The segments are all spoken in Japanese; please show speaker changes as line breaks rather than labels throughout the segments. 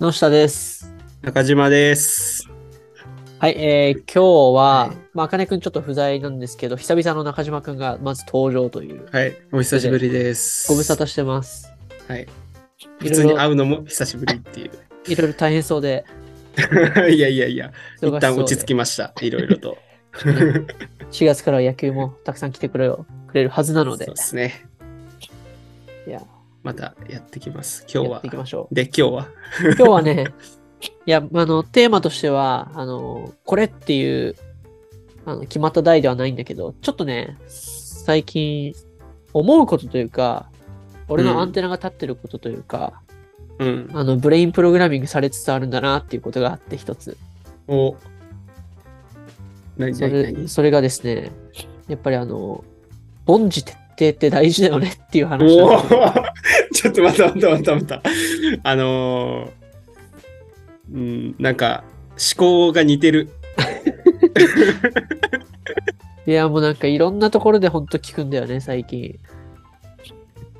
野下です。
中島です。
はい、えー、今日は、
はい
まあ、あかねくんちょっと不在なんですけど、久々の中島くんがまず登場という、
はい、お久しぶりです。
ご無沙汰してます。
はい。
い
普
ろ
通
い
に
ろ
会うのも久しぶりっていう。
いろいろ大変そうで、
いやいやいや、
忙しそう
一
で
旦落ち着きました。いろいろと。
4月からは野球もたくさん来てくれよくれるはずなので
そう、ですね。
いや
またやってきます。今日
やっ
は
てい。きましょう。
で、今日は。
今日はね、 いや、あの、テーマとしては、あの、これっていう、あの、決まった題ではないんだけど、ちょっとね、最近、思うことというか、俺のアンテナが立ってることというか、
うん。
あの、ブレインプログラミングされつつあるんだなっていうことがあって、一つ。
お。何
そ
何
れ
何
それがですね、やっぱりあの、凡事徹底って大事だよねっていう話
お
なん
お
ですよ。
ちょっと待った待った待った待った。あのー、うん、なんか、思考が似てる。
いや、もうなんかいろんなところでほんと聞くんだよね、最近。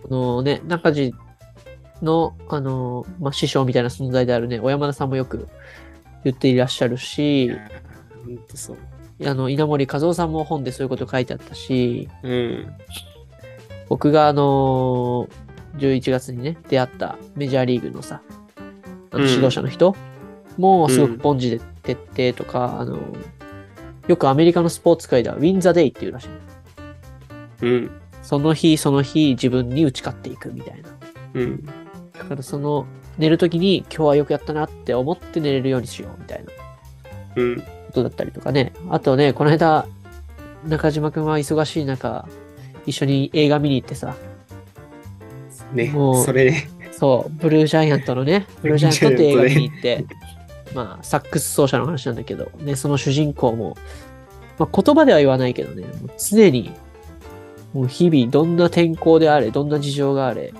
あのね、中地の、あの、まあ、師匠みたいな存在であるね、小山田さんもよく言っていらっしゃる
い
し、
やーほんとそう。
あの、稲森和夫さんも本でそういうこと書いてあったし、
うん。
僕があの11月にね、出会ったメジャーリーグのさ、あの
うん
指導者の人もすご
う
く
ん
ポンジで徹底とか、あのよくアメリカのスポーツ界ではウィン・ザ・デイっていうらしい。
うん。
その日その日自分に打ち勝っていくみたいな。
うん。
だからその寝るときに今日はよくやったなって思って寝れるようにしようみたいなこ
うん。
とだったりとかね。あとね、この間中島くんは忙しい中、一緒に映画見に行ってさ、
ね
もう、
それね。
そう、ブルージャイアントの ね、ブルージャイアントって映画見に行って、まあ、サックス奏者の話なんだけど、ね、その主人公も、まあ、言葉では言わないけどね、もう常に、もう日々、どんな天候であれ、どんな事情があれ、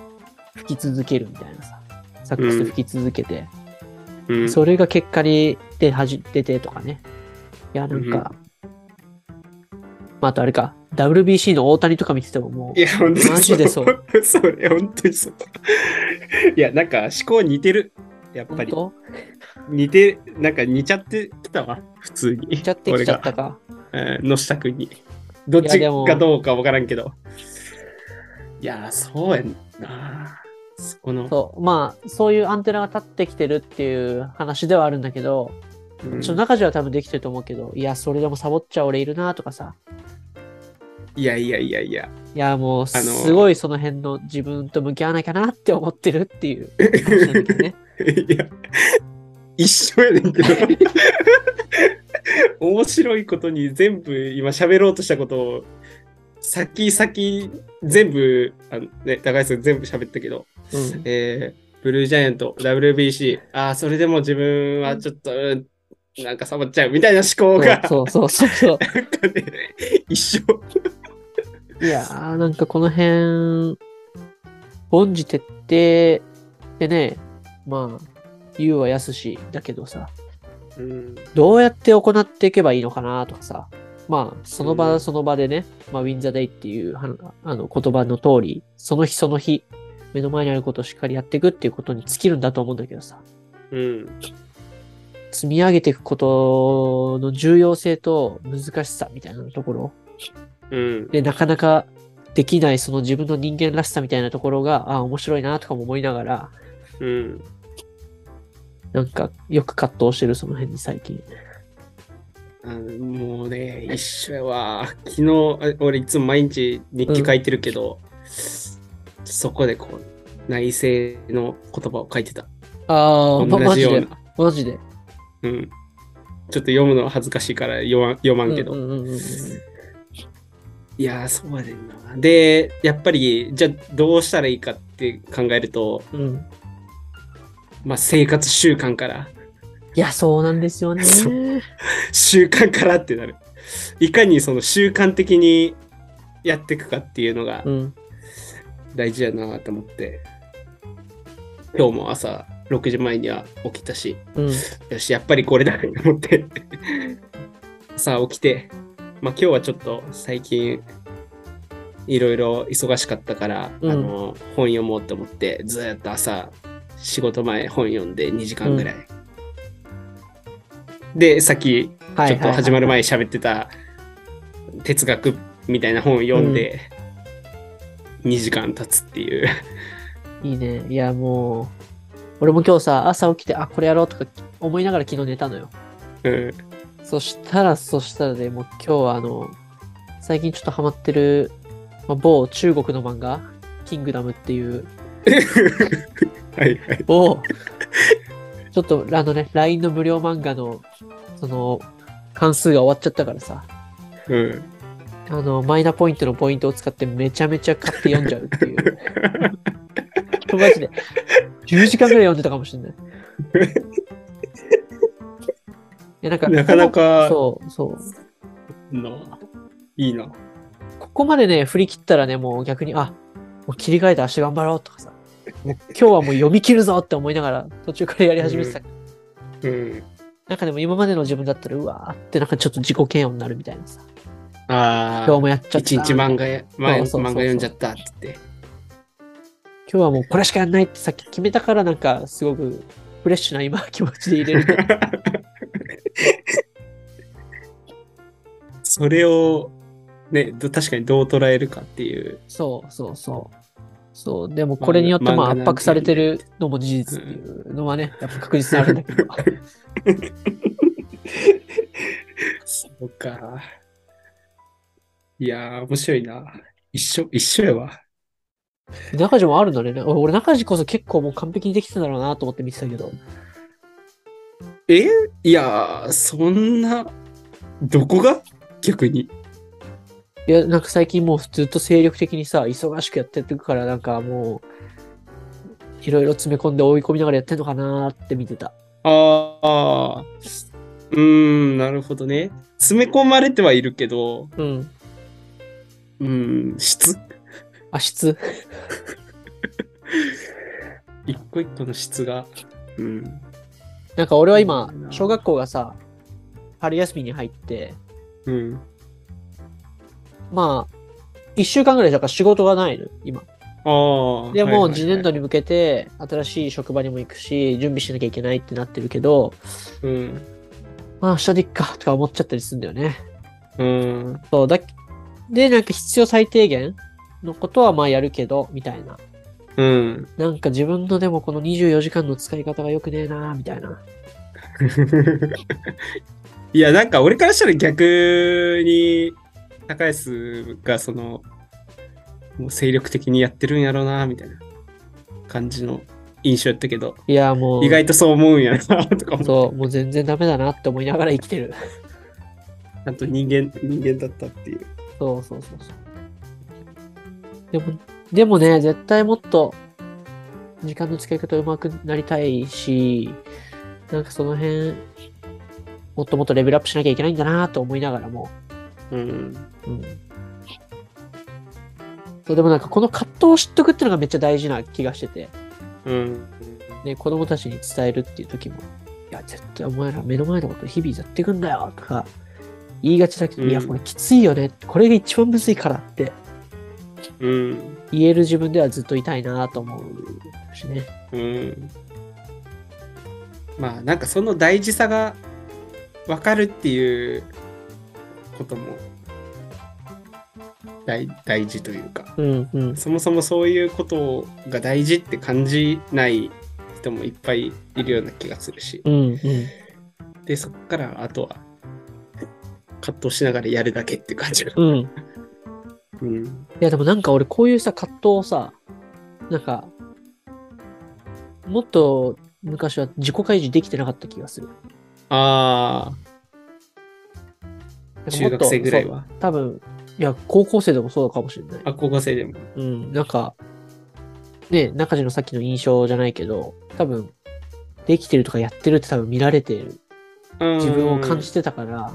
吹き続けるみたいなさ、サックス吹き続けて、
うん。
それが結果に出始出てとかね。いや、なんか、まあ、あとあれか、WBC の大谷とか見ててもも
いや、本当に。
マジでそう
それ、本当にそう。いや、なんか思考似てる。やっ
う、
ぱ
本
り。
当
似て、なんか似ちゃってきたわ。普通に。
来ちゃってきちゃったか。
俺が。うん、野下くんに。どっ
いや
ち
でも
かどうかわからんけど。いや、そうやんな。そこの。
そう、まあ、そういうアンテナが立ってきてるっていう話ではあるんだけど、
うん
ちょ中地は多分できてると思うけど、いや、それでもサボっちゃ俺いるなとかさ、
いやいやいやいや。
いや、もう、
あのー
すごいその辺の自分と向き合わなきゃなって思ってるっていう話なんだけど ね。
いや、一緒やねんけど。 面白いことに全部今喋ろうとしたことを先先全部あの、ね、高橋さん全部喋ったけど、
うん、
えーブルージャイアント WBC ああそれでも自分はちょっと、うんなんかサボっちゃうみたいな思考 が
そうそうそうそう
なんかね一緒
そう。いやー、なんかこの辺、凡事徹底でね、まあ、言うは安しだけどさ、
うん
どうやって行っていけばいいのかなとかさ、まあ、その
う
場
ん
その場でね、まあ、ウィン・ザ・デイっていうはあの言葉の通り、その日その日、目の前にあることをしっかりやっていくっていうことに尽きるんだと思うんだけどさ、
うん
積み上げていくことの重要性と難しさみたいなところ、
うん
で、なかなかできないその自分の人間らしさみたいなところが、ああ、面白いなとかも思いながら、
うん
なんかよく葛藤してるその辺に最近。
あのもうね、一緒やわ。昨日、あ俺いつも毎日日記書いてるけど、そこでこう、内政の言葉を書いてた。
ああ、ま、
同
マ
じ
ジ
よう
で。
な。
マジで。
うん。ちょっと読むのは恥ずかしいから読まん読まんけど。
うんうんうんうんうん
いやー、そうやねんな。で、やっぱり、じゃあどうしたらいいかって考えると、
うん。
まあ生活習慣から、
いや、そうなんですよね。
そう習慣からってなる。いかにその習慣的にやっていくかっていうのが、
うん。
大事やなと思って今日も朝6時前には起きたし
うん。
よしやっぱりこれだと思って 朝起きてまあ今日はちょっと最近いろいろ忙しかったから、
うん
あの本読もうと思ってずーっと朝仕事前本読んで2時間ぐらい。で、さっき
はいはいは
ちょっ
い
と始まる前に喋ってた哲学みたいな本を読んで2時間経つっていう。
いいね。いや、もう、俺も今日さ、朝起きて、あ、これやろうとか思いながら昨日寝たのよ。
うん。
そしたら、そしたらね、もう今日はあの、最近ちょっとハマってる、まあ、某中国の漫画、キングダムっていう
はい はい。
を、ちょっとあのね、LINE の無料漫画の、その、関数が終わっちゃったからさ、
うん。
あの、マイナポイントのポイントを使ってめちゃめちゃ買って読んじゃうっていう。 マジで。10時間ぐらい読んでたかもしれない。えなんか
なかなか
そう、そう。
ないいな。
ここまでね、振り切ったらね、もう逆に、あ、もう切り替えて明日頑張ろうとかさ、もう今日はもう読み切るぞって思いながら途中からやり始めてた。
うん。
なんかでも今までの自分だったら、うわーってなんかちょっと自己嫌悪になるみたいなさ、
あ
今日
あ。
もやっちゃった。
一日漫画や、
そ
ま
うそうそうそう
漫画読んじゃったって言って。
今日はもうこれしかやんないってさっき決めたからなんかすごくフレッシュな今 気持ちで入れる。
それを、ね、ど確かにどう捉えるかっていう。
そうそうそう。そう、でもこれによってまあ
漫画なん
圧
て
迫されてるのも事実っていうのはね、やっぱ確実にあるんだけど。
そうか。いやー、面白いな。一緒、一緒やわ。
中地もあるんだね。お俺中地こそ結構もう完璧にできてたんだろうなと思って見てたけど。
えいやー、そんな、どこが逆に。
いや、なんか最近もうずっと精力的にさ、忙しくやってるからなんかもう、いろいろ詰め込んで追い込みながらやってんのかなーって見てた。
ああ、うーん、なるほどね。詰め込まれてはいるけど、
うん。
うーん、質
あ、質。
一個一個の質が。うん。
なんか俺は今
いいな、
小学校がさ、春休みに入って、
うん。
まあ、一週間ぐらいだから仕事がないの、今。
ああ。
で
はいはい
も、
はい
次年度に向けて、新しい職場にも行くし、準備しなきゃいけないってなってるけど、
うん。
まあ、明日でいっか、とか思っちゃったりするんだよね。
うん。
そう、だ、で、なんか必要最低限のことはまあやるけど、みたいな。
うん。
なんか自分のでもこの24時間の使い方が良くねえなみたいな。
いや、なんか俺からしたら逆に、高安がその、もう精力的にやってるんやろうな、みたいな感じの印象やったけど、
いや、もう、
意外とそう思うんやな、とか思
そう、もう全然ダメだなって思いながら生きてる。
う。ちゃんと人間、人間だったっていう。
そうそうそうそう。でも、でもね、絶対もっと時間の使い方うまくなりたいし、なんかその辺、もっともっとレベルアップしなきゃいけないんだなと思いながらも。
うん。
うん。そう、でもなんかこの葛藤を知っとくっていうのがめっちゃ大事な気がしてて、
うん。
ね、子供たちに伝えるっていう時も、いや、絶対お前ら目の前のこと日々やっていくんだよとか、言いがちだけど、
うん
いや、これきついよね。これが一番むずいからって
うん。
言える自分ではずっといたいなと思うしね。
うん。まあ、なんかその大事さが分かるっていうことも大大事というか。
うんうん。
そもそもそういうことが大事って感じない人もいっぱいいるような気がするし、
うんうん。
で、そこからあとは葛藤しながらやるだけって感じが。
うん。い
うん。
やでもなんか俺こういうさ、葛藤をさ、なんか、もっと昔は自己開示できてなかった気がする。な
あ
ん
あ、
か
中学生ぐらい
もっと。
は。
そう多分、いや、高校生でもそうかもしれない。
あ、高校生でも。
うん、なんか、ね、中地のさっきの印象じゃないけど、多分、できてるとかやってるって多分見られてる。自分を感じ
て。
てたから、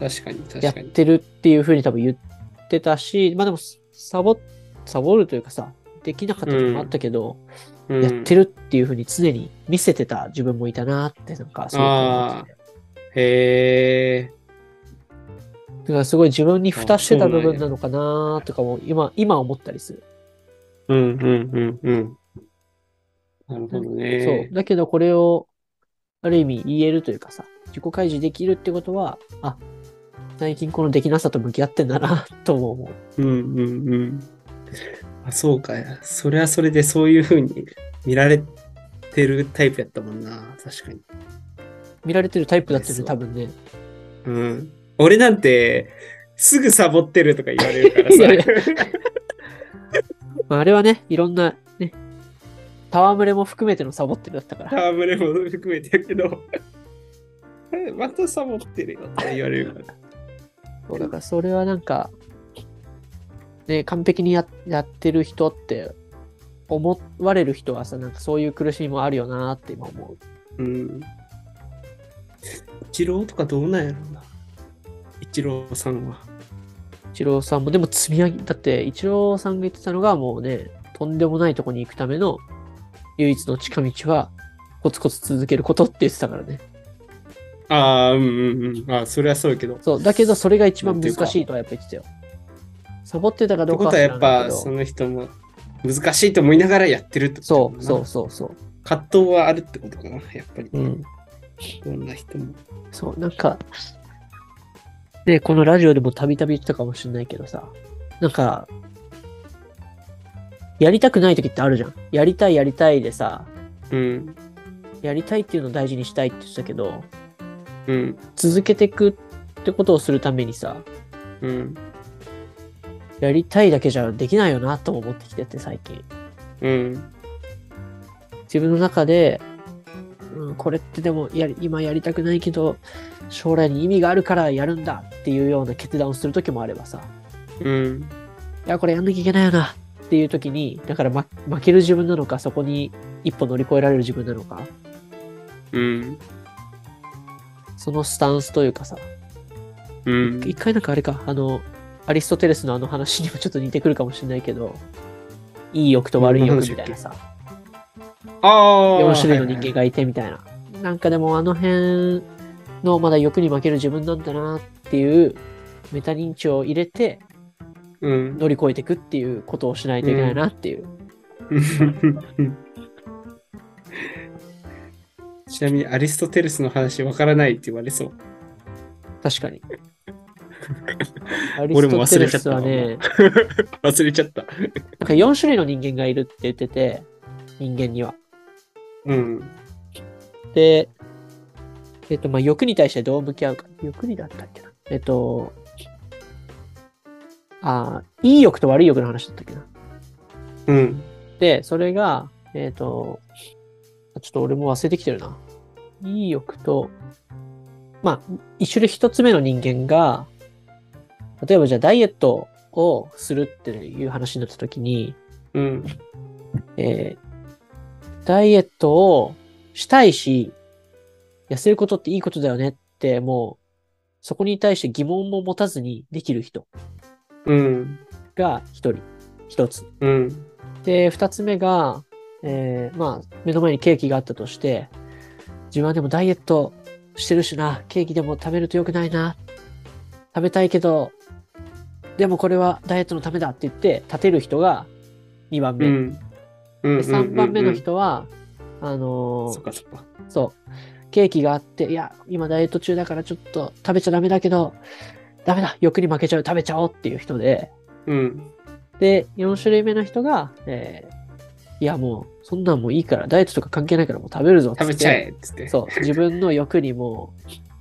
確かに、
や
確
っ
かに。
てるっていうふうに多分言ってたし、まあでもサボ、サボるというかさ、できなかった時もあったけど、やって
る。
るっていうふうに常に見せてた自分もいたなって、なんかすごく思ってて
へえ。
だからすごい自分に蓋してた部分
あ
なのかなとかも今、今思ったりする。
うんうんうんうん。なるほど
そ
ね
う。。だけどこれを、ある意味言えるというかさ、自己開示できるってことは、あ、最近このできなさと向き合ってんだな、とも思う。
うんうんうん。あ、そうか。それはそれでそういうふうに見られてるタイプやったもんな。確かに。
見られてるタイプだったよ
そ
ね、
う
多分ね。
うん。俺なんて、すぐサボってるとか言われるから
いやいや
さ。
まあ、あれはね、いろんな、ね、戯れも含めてのサボってるだったから。
ターブレも含めてやけど。えまたサボってるよって言われるから。
そうだからそれはなんか、ね、完璧にややってる人って、思われる人はさ、なんかそういう苦しみもあるよなって今思う。
うん。一郎とかどうなんやろうな。一郎さんは。
一郎さんも、でも積み上げ、だって一郎さんが言ってたのがもうね、とんでもないとこに行くための唯一の近道は、コツコツ続けることって言ってたからね。
ああ、うんうんうん。あそれはそうやけど。って
そう、だけどそれが一番難
なんて
しいとはやっぱ言ってたよ。サボってたかどう
こ
か
とは
知
や
ら
っ
ないけ
ぱ、
ど
その人も難しいと思いながらやってるってこと
そ
やもん
う
な
そうそうそう。
葛藤はあるってことかな、やっぱり。
うん。
どんな人も。
そう、なんか、ね、このラジオでもたびたび言ってたかもしれないけどさ、なんか、やりたくない時ってあるじゃん。やりたいやりたいでさ、
うん。
やりたいっていうのを大事にしたいって言ってたけど、
うん。
続けてくってことをするためにさ、
うん。
やりたいだけじゃできないよなとも思ってきてて最近。
うん。
自分の中で、うん、これってでもやり今やりたくないけど、将来に意味があるからやるんだっていうような決断をする時もあればさ、
うん。
いや、これやんなきゃいけないよなっていう時に、だから、ま、負ける自分なのか、そこに一歩乗り越えられる自分なのか、
うん。
そのスタンスというかさ、
うん。
一回なんかあれか、あの、アリストテレスのあの話にもちょっと似てくるかもしれないけど、いい欲と悪い欲みたいなさ、
ああ。
4種類の人
はい
間がいてみたいな。なんかでもあの辺のまだ欲に負ける自分なんだなっていうメタ認知を入れて
はいうん。
乗り越えていくっていうことをしないといけないなっていう。
ちなみにアリストテレスの話わからないって言われそう。
確かに。アリ
俺
ス
も
ト
忘
テ
れ
レ
ちゃっ
ス
たわ
はね、
忘れちゃった。
なんか4種類の人間がいるって言ってて、人間には。
うん。
で、えっと、まあ、欲に対してどう向き合うか。欲にだったっけな。えっと、あーいい欲と悪い欲の話だったっけな。
うん。
で、それが、えっと、ちょっと俺も忘れてきてるな。いい欲と、まあ、一種類一つ目の人間が、例えばじゃあダイエットをするっていう話になった時に、
うん。
えーダイエットをしたいし、痩せることっていいことだよねって、もう、そこに対して疑問も持たずにできる人
うん。
が一人、一つ。
うん。
で、二つ目が、えーまあ、目の前にケーキがあったとして、自分はでもダイエットしてるしな、ケーキでも食べると良くないな、食べたいけど、でもこれはダイエットのためだって言って立てる人が2番
う
目。
ん。うん。
で3番目の。人は、あの
そっ
ー
かそっか。
そう、ケーキがあって、いや、今ダイエット中だからちょっと食べちゃダメだけど、ダメだ、欲に負けちゃう、食べちゃおうっていう人で、
うん。
で、4種類目の人が、えーいや、もう、そんなんもういいから、ダイエットとか関係ないからもう食べるぞっつっ
食
て
べちゃえっつって。
そう、自分の欲にも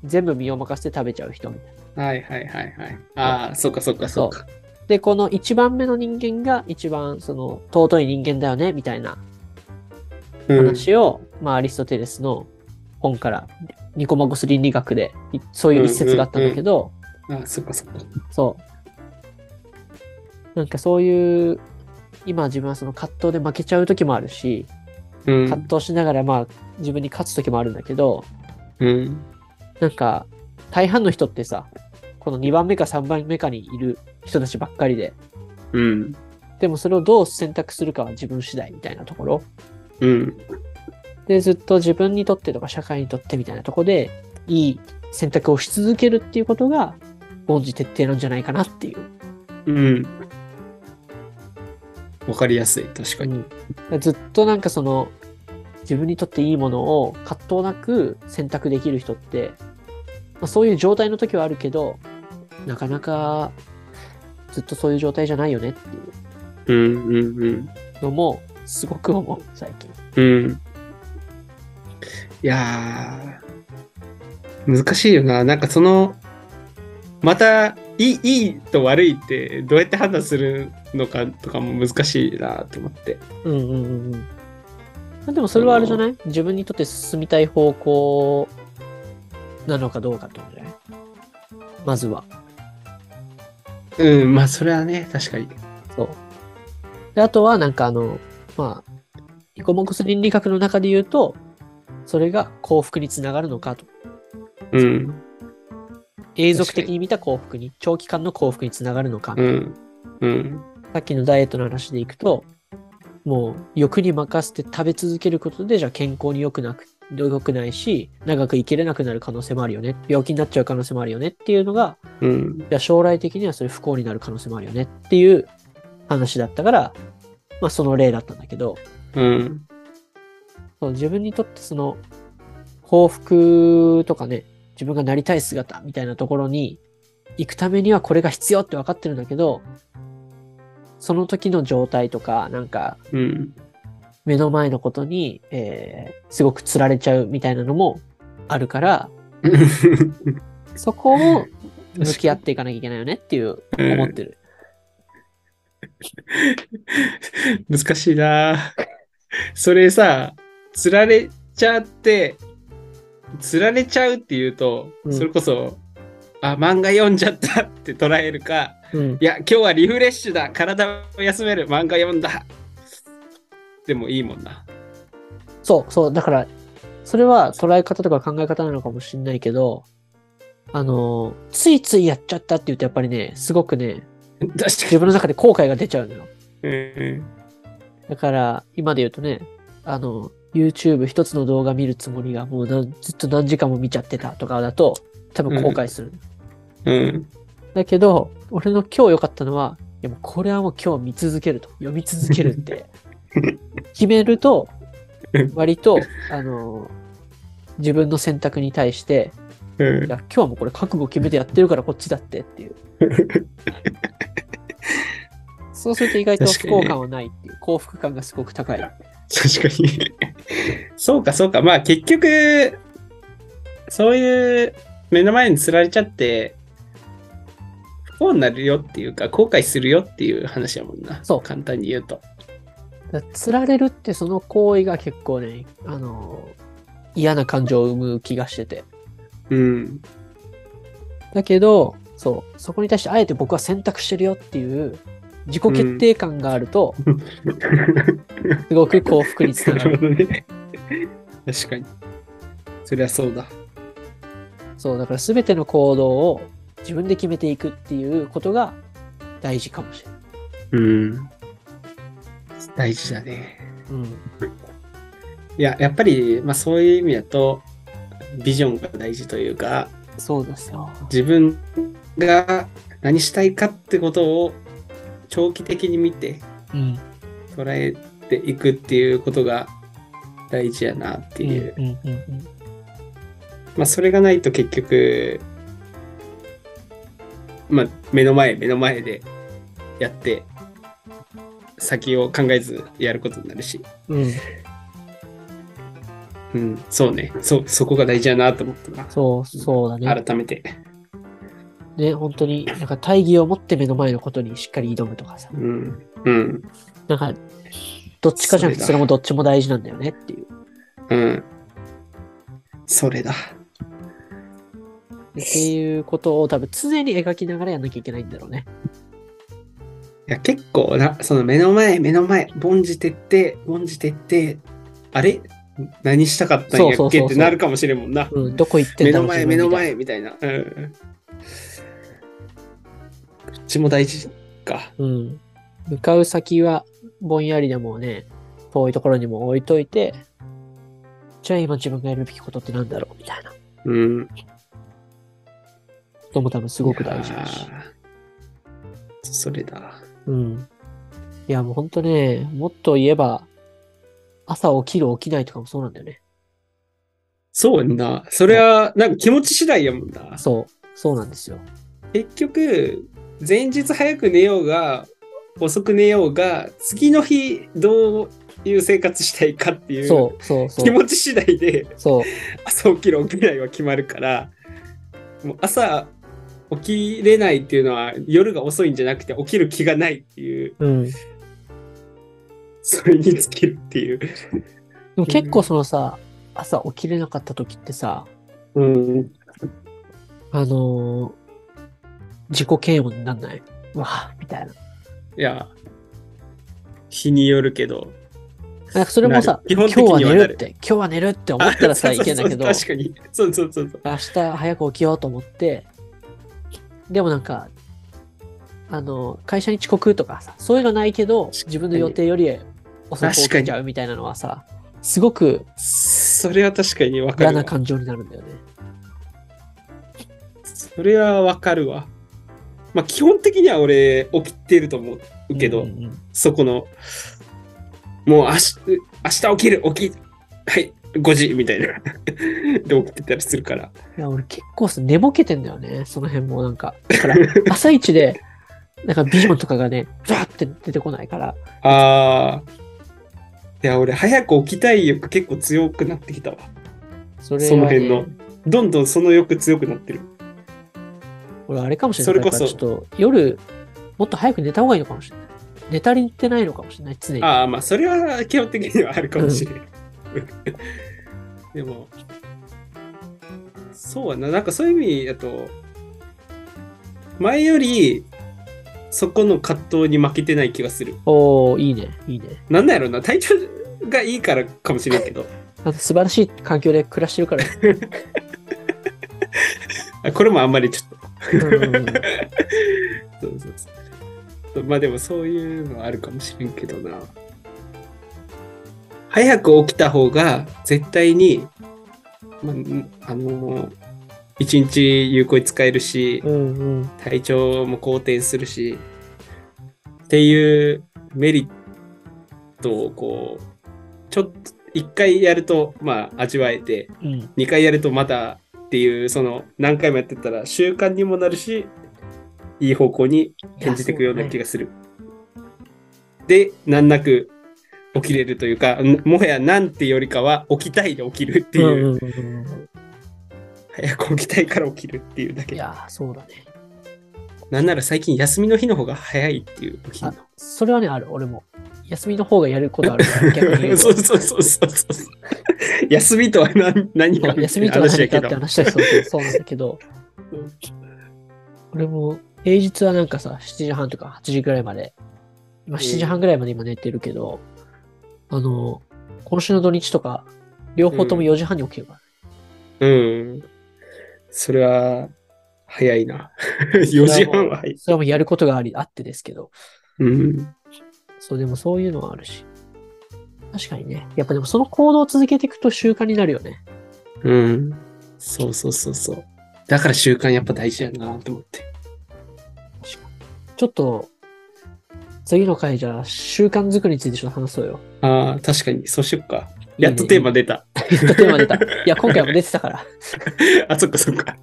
う、全部身を任せて食べちゃう人みたいな。
はいはいはいはい。ああ、そっかそっかそっか。
で、この1番目の人間が一番、その、尊い人間だよね、みたいな
うん。
話を、まあ、アリストテレスの本からニコマコス倫理学でいそういう一節があったんだけど、
あそっかそっか。
そうなんかそういう今自分はその葛藤で負けちゃう時もあるし
う
葛
ん。
藤しながらまあ自分に勝つ時もあるんだけど
うん。
なんか大半の人ってさこの2番目か3番目かにいる人たちばっかりで
うん。
でもそれをどう選択するかは自分次第みたいなところ
うん。
で、ずっと自分にとってとか社会にとってみたいなとこで、いい選択をし続けるっていうことが、凡事徹底なんじゃないかなっていう。
うん。わかりやすい、確かに。
うんずっとなんかその、自分にとっていいものを葛藤なく選択できる人って、まあ、そういう状態の時はあるけど、なかなかずっとそういう状態じゃないよねっていう
うんうんうん。
のもすごく思う、最近。
うん。いやー、難しいよな。なんかその、また、いい、いいと悪いって、どうやって判断するのかとかも難しいなと思って。
うんうんうんうんまあ。でもそれはあれじゃない自分にとって進みたい方向なのかどうかってことじゃないまずは。
うん、まあそれはね、確かに。
そう。で、あとはなんかあの、まあ、イコモクス倫理学の中で言うと、それが幸福につながるのかと。
うん、
永続的に見た幸福に、長期間の幸福につながるのか。
うん、うん、
さっきのダイエットの話でいくと、もう欲に任せて食べ続けることで、じゃあ健康に良くなく、良くないし、長く生きれなくなる可能性もあるよね。病気になっちゃう可能性もあるよねっていうのが、
うん、
いや将来的にはそれ不幸になる可能性もあるよねっていう話だったから、まあその例だったんだけど、
うん、
そう自分にとってその幸福とかね、自分がなりたい姿みたいなところに行くためにはこれが必要って分かってるんだけど、その時の状態とか、なんか
うん、
目の前のことに、えーすごくつられちゃうみたいなのもあるから、そこを向き合っていかなきゃいけないよねっていう思ってる。
難しいなそれさ、つられちゃって、つられちゃうっていうと、
うん
それこそ、あ、漫画読んじゃったって捉えるか、
うん
いや、今日はリフレッシュだ、体を休める、漫画読んだ。でもいいもんな。
そう、そう、だから、それは捉え方とか考え方なのかもしれないけど、あの、ついついやっちゃったって言うと、やっぱりね、すごくね、
確
自
か
分の中で後悔が出ちゃうのよ。
に。うん
だから、今で言うとね、あの、YouTube 一つの動画見るつもりが、もうなんずっと何時間も見ちゃってたとかだと、多分後悔する。
うん。
だけど、俺の今日良かったのは、いやもうこれはもう今日見続けると、読み続ける って、決めると
うん、
割と、あの、自分の選択に対して、
うん
いや、今日はもうこれ覚悟決めてやってるからこっちだってって いう。そうすると意外と不幸感はないっていう、幸福感がすごく高い。
確かに。そうか、そうか。まあ結局、そういう目の前に釣られちゃって、不幸になるよっていうか、後悔するよっていう話やもんな。
そう
簡単に言うと。
だから釣られるってその行為が結構ね、あの、嫌な感情を生む気がしてて。
うん。
だけど、そう、そこに対してあえて僕は選択してるよっていう自己決定感があると、すごく幸福につなが
なる
る。
ほどね。確かに。そりゃそうだ。
そう、だから全ての行動を自分で決めていくっていうことが大事かもしれない。
うん。大事だね。
うん。
いや、やっぱり、まあそういう意味だと、ビジョンが大事というか、
そうですよ。
自分が何したいかってことを長期的に見て
うん。
捉えていくっていうことが大事やなっていう、
うんうんうん
まあそれがないと結局まあ目の前目の前でやって先を考えずやることになるし、
うん。うん。
うん、そうねそそこが大事やなと思ったな、
そう、そうだね。
改めて、
ね、本当に、なんか大義を持って目の前のことにしっかり挑むとかさ。
うんうん
なんか、どっちかじゃなくて、
そ
それ
れだ
もどっちも大事なんだよねっていう。
うんそれだ
っていうことを多分常に描きながらやんなきゃいけないんだろうね。
いや結構な、その目の前、目の前、凡事徹底、凡事徹底、あれ何したかったんや
そうそうそうそ
っけ
う
ってなるかもしれんもんな。
うん、どこ行ってん
目
だろ
の
う
前、
自
目
分
の
みたい
前みたいな。うん。こっちも大事か。
なうん。向かう先はぼんやりでもね、遠いところにも置いといて、じゃあ今自分がやるべきことってなんだろうみたいな
うん。
ことも多分すごく大事だし
い。やーそれだ。
うん。いや、もうほんとね、もっと言えば、朝起きる起きないとかもそうなんだよね。
そうやんな。それは、なんか気持ち次第やもんな。
そう、そうなんですよ。
結局、前日早く寝ようが、遅く寝ようが、次の日どういう生活したいかっていう
そう、そう、そ
気
う。
持ち次第で、
そう、
朝起きる起きないは決まるから、もう朝起きれないっていうのは、夜が遅いんじゃなくて、起きる気がないっていう、
うん。で
それに尽きるっていう。
も結構そのさ、朝起きれなかった時ってさ、
うん。
あのー自己嫌悪になんないうわみたいな。
いや、日によるけど。
なんかそれもさ、
なる
今
基
日
本的
は
には
寝
な
る
る
って、今日は寝るって思ったらさ、
あ
い
そう
け
そ
ん
う
だ
そ
け
う
ど、
確かに。そうそうそうそう。
明日早く起きようと思って、でもなんか、あの、会社に遅刻とかさ、そういうのないけど、自分の予定より遅く起きちゃうみたいなのはさ、すごく
それは確かにわか
嫌
る
な
わ。
感情になるんだよね。
それはわかるわ。まあ基本的には俺起きてると思うけど、
うんうんうん
そこの、もう明日、明日起きる、起き、はい、5時みたいな。 で起きてたりするから。
いや、俺結構さ、寝ぼけてんだよね、その辺もなんか。だ から、朝一で、なんかビジョンとかがね、ブワーって出てこないから、
ああ。いや、俺早く起きたい欲結構強くなってきたわ。
それは、ね、
その辺のどんどんその欲強くなってる。
俺あれかもしれない。
それこそ
だからちょっと夜、もっと早く寝た方がいいのかもしれない。寝足りてないのかもしれない、常に。
ああ、まあ、それは基本的にはあるかもしれない。 でも、そうやな、なんかそういう意味だと、前より、そこの葛藤に負けてない気がする。
おー、いいね、いいね。
なんだやろうな、体調がいいからかもしれんけど、
あと素晴らしい環境で暮らしてるから。
あこれもあんまりちょっと、
うん、
そうそうそうまあでもそういうのはあるかもしれんけどな。早く起きた方が絶対に、まあん、あの一日有効に使えるし、
うん、うん。
体調も好転するし、っていうメリットをこう、ちょっと一回やると、まあ味わえて、
うん。
2回やるとまたっていうその何回もやってたら習慣にもなるしいい方向に転じていくような気がする。で難なく起きれるというかんもはやなんてよりかは起きたいで起きるっていう、
んうんうんうん
早く起きたいから起きるっていうだ
い
け
やー、そうだね。
なんなら最近休みの日の方が早いっていう起き
あ
るの、
それはね、ある、俺も。休みの方がやることあるから、逆に言うと。
そうそうそうそうそう休みとは何何かみた
休
い
み
な
とは
話や
何か
け
って
ど
話だけど、そうそうなんだけど、俺も平日はなんかさ、7時半とか8時ぐらいまで、まあ、
うん
7時半ぐらいまで今寝てるけど、あの、今週の土日とか、両方とも4時半に起きるから。
うんそれは早い な4時半は早い
それはもうやることがありあってですけど、
うん。
そう、でもそういうのはあるし。確かにね。やっぱでもその行動を続けていくと習慣になるよね。
うん。そうそうそうそう。だから習慣やっぱ大事やなと思って。
ちょっと、次の回じゃあ習慣作りについてちょっと話そうよ。
ああ、確かに、そうしよっか。
いいね
やっとテーマ出た。
やっとテーマ出た。いや、今回も出てたから。
あ、そっかそっか。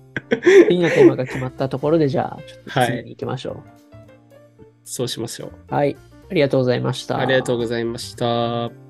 次のテーマが決まったところで、じゃあ、ちょっと
はい
次に行きましょ
そうしましょう。
う。はい。ありがとうございました。
ありがとうございました。